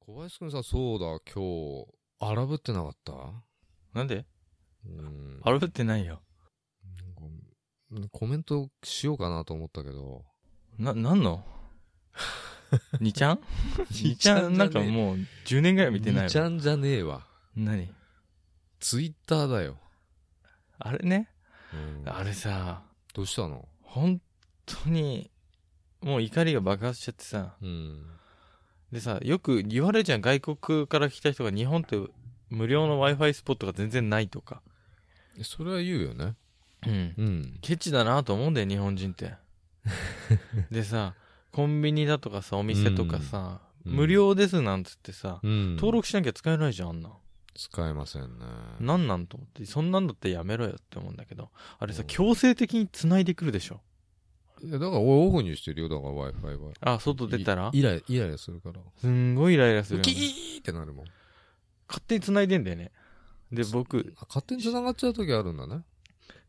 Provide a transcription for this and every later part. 小林くんさ、そうだ、今日、荒ぶってなかったなんでうん。荒ぶってないよ。なんかコメントしようかなと思ったけ ど。な、な んのにちゃんにちゃん、なんかもう10年ぐらい見てないちゃわ。んじゃねえわ。何ツイッターだよ。あれね。うんあれさ、どうしたの本当に、もう怒りが爆発しちゃってさ。うん。でさ、よく言われるじゃん。外国から来た人が日本って無料の Wi-Fi スポットが全然ないとか。それは言うよね。うん。うん。ケチだなと思うんだよ、日本 人って。でさ、コンビニだとかさ、お店とかさ、うん無料ですなんつってさ、うん。登録しなきゃ使えないじゃん、あんなん。使えませんね。なんなんと思って、そんなんだってやめろよって思うんだけど、あれさう、ん強制的に繋いでくるでしょ。いやだから俺オフにしてるよ、だから Wi-Fi は。あ、外出たらイライイライラするから。すんごいイライラするよキね、ーってなるもん。勝手に繋いでんだよね。で、僕、あ勝手に繋がっちゃう時あるんだね。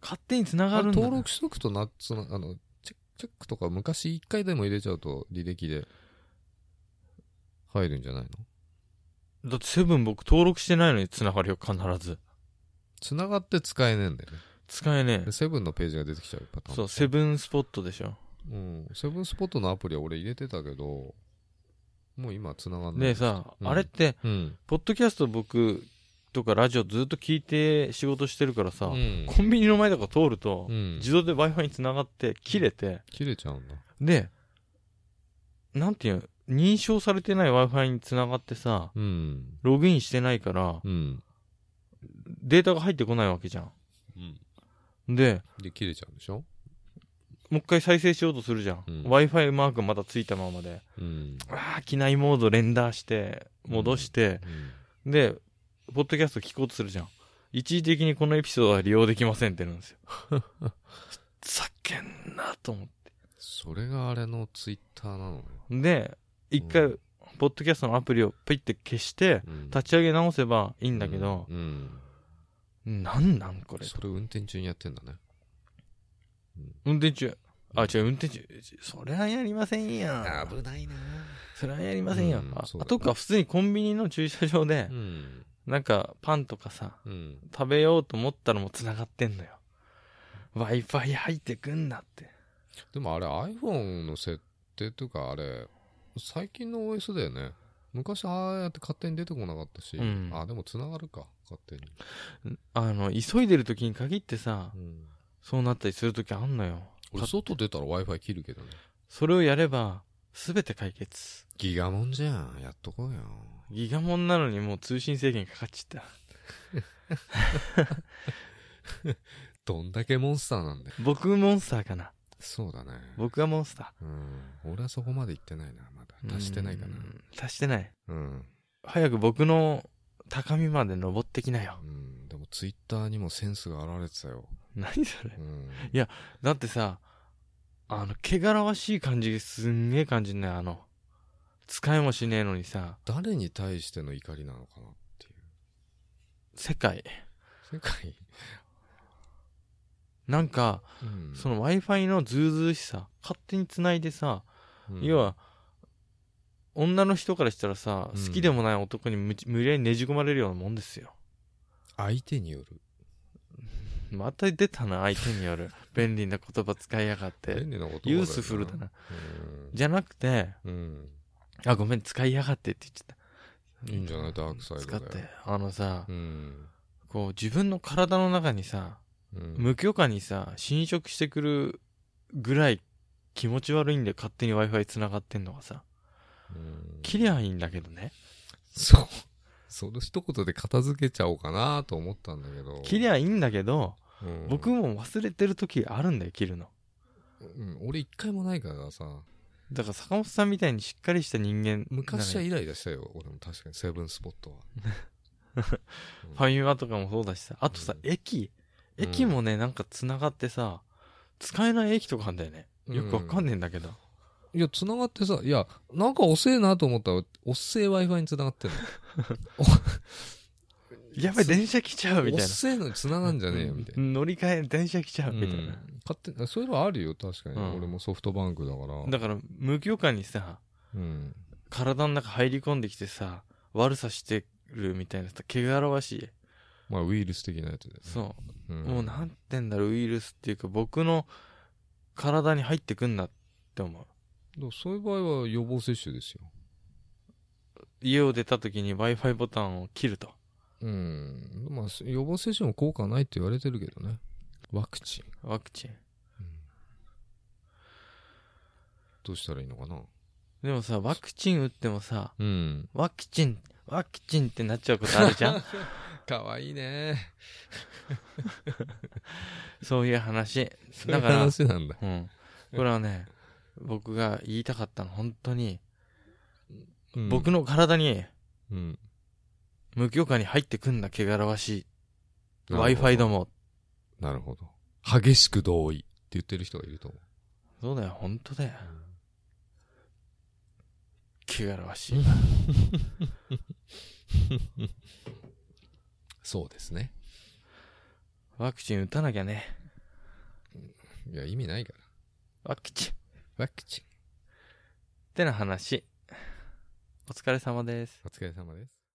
勝手に繋あがれるんだな登録しとくとな、つなあの、チェックチェックとか昔一回でも入れちゃうと履歴で入るんじゃないのだってセブン僕登録してないのに繋がるよ、必ず。繋がって使えねえんだよね。使えねでセブンのページが出てきちゃうパタえ。ーン。そう、セブンスポットでしょ。うん。セブンスポットのアプリは俺入れてたけど、もう今繋がんない。でさ、うんあれって、うん。ポッドキャスト僕とかラジオずっと聞いて仕事してるからさ、うん。コンビニの前とか通ると、うん。自動で Wi-Fi に繋がって切れて、切れちゃうんだ。で、なんていうの、認証されてない Wi-Fi に繋がってさ、うん。ログインしてないから、うん。データが入ってこないわけじゃうん。ん。で、で、切れちゃうんでしょもう一回再生しようとするじゃん。うん Wi-Fi マークまだついたままで、うん。ああ、機内モード連打して、戻して、で、ポッドキャスト聞こうとするじゃん。一時的にこのエピソードは利用できませんってなる んですよ。ふざけんなと思って。それがあれのツイッターなのよ。で、一う回、ポッドキャストのアプリをピッて消して、うん立ち上げ直せばいいんだけど、うんうんなんなんこれ。それ運転中にやってんだね。運転中。あ、違う、運転中。それはやりませんよ。ないなそれはやりませんよ。うんあそうだあとか、普通にコンビニの駐車場でう、ん。なんか、パンとかさ、うん。食べようと思ったらもう繋がってんのよ。Wi-Fi 入ってくんなって。でもあれ iPhone の設定とかあれ、最近の OS だよね。昔ああやって勝手に出てこなかったし、うんあ、でも繋がるか、勝手に。あの、急いでる時に限ってさ、うん、そうなったりする時あんのよ。俺外出たら Wi-Fi 切るけどね。それをやれば、すべて解決。ギガモンじゃん、やっとこうよ。ギガモンなのにもう通信制限かかっちゃっどんだけモンスターなんだよ。た。僕モンスターかな。そうだね。僕がモンスタうん。俺はそこまで行ってないな、まー。だ。足してないかなう。ん。足してない。うん。早く僕の高みまで登ってきなよ。うん、でもツイッターにもセンスが現れてたよ。何それう。ん。だってさ、あの、汚らわしい感じすんげえ感じんない、あの。使いもしねえのにさ、誰に対しての怒りなのかなっていう。世界。世界、なんか、うんその Wi-Fi のズうずうしさ、勝手に繋いでさ、うん要は女の人からしたらさ、うん好きでもない男にむ無理やりねじ込まれるようなもんですよ相手による。また出たな相手 による便利な言葉使いやがって便利なことユースフルだなうじゃなくてん。うん。あごめん使いやがってって言っちゃったいいんじゃないダークサイド使だっよてあのさ、うん。こう自分の体の中にさうん無許可にさ侵食してくるぐらい気持ち悪いんで勝手に w i f i 繋がってんのがさうん切りゃいいんだけどねそう。その一言で片付けちゃおうかなと思ったんだけど。切りゃいいんだけどうん僕も忘れてる時あるんだよ切るのうん、俺一回もないからさ、だから坂本さんみたいにしっかりした人間昔はなんかイライラしたよ、俺も確かに、セブンスポットは。 ファミマとかもそうだしさあとさ、う駅うん駅もねなんか繋がってさ使えない駅とかあんだよねよくわかんねえんだけど、いや、繋がってさ、いや、なんか遅えなと思ったら、遅え Wi-Fi に繋が ってんの。やばいつ電車来ちゃうみたいな遅えのに繋がんじゃねえよ、みたいな。乗り換え電車来ちゃうみたいな、勝手にそういうのあるよ、確かに。うん俺もソフトバンクだから。だから無許可にさうん。体の中入り込んできてさ悪さしてるみたいなさ、汚らわしい。まあ、ウイルス的なやつで、ね。そうん。う。もうなんて言うんだろう、ウイルスっていうか、僕の体に入ってくんなって思う。でもそういう場合は予防接種ですよ。家を出た時に Wi-Fi ボタンを切ると。うん。まあ、予防接種も効果はないって言われてるけどね。ワクチン。ワクチン。どうしたらいいのかなでもさ、ワクチン打ってもさ、うん。ワクチン、ワクチンってなっちゃうことあるじゃ んかわいいね。そういう話。だか。だからら話なんだ。うん。これはね、僕が言いたかったの、本当に、うん僕の体にうん。無許可に入ってくんな、汚らわしい。なるほ Wi-Fi ども。なるほど。激しく同意って言ってる人がいると思そうだよ、本当だよ。汚らわしうい。う。そうですね。ワクチン打たなきゃね。いや、意味ないから。ワクチン。っワクチン。てな話。お疲れ様です。お疲れ様です。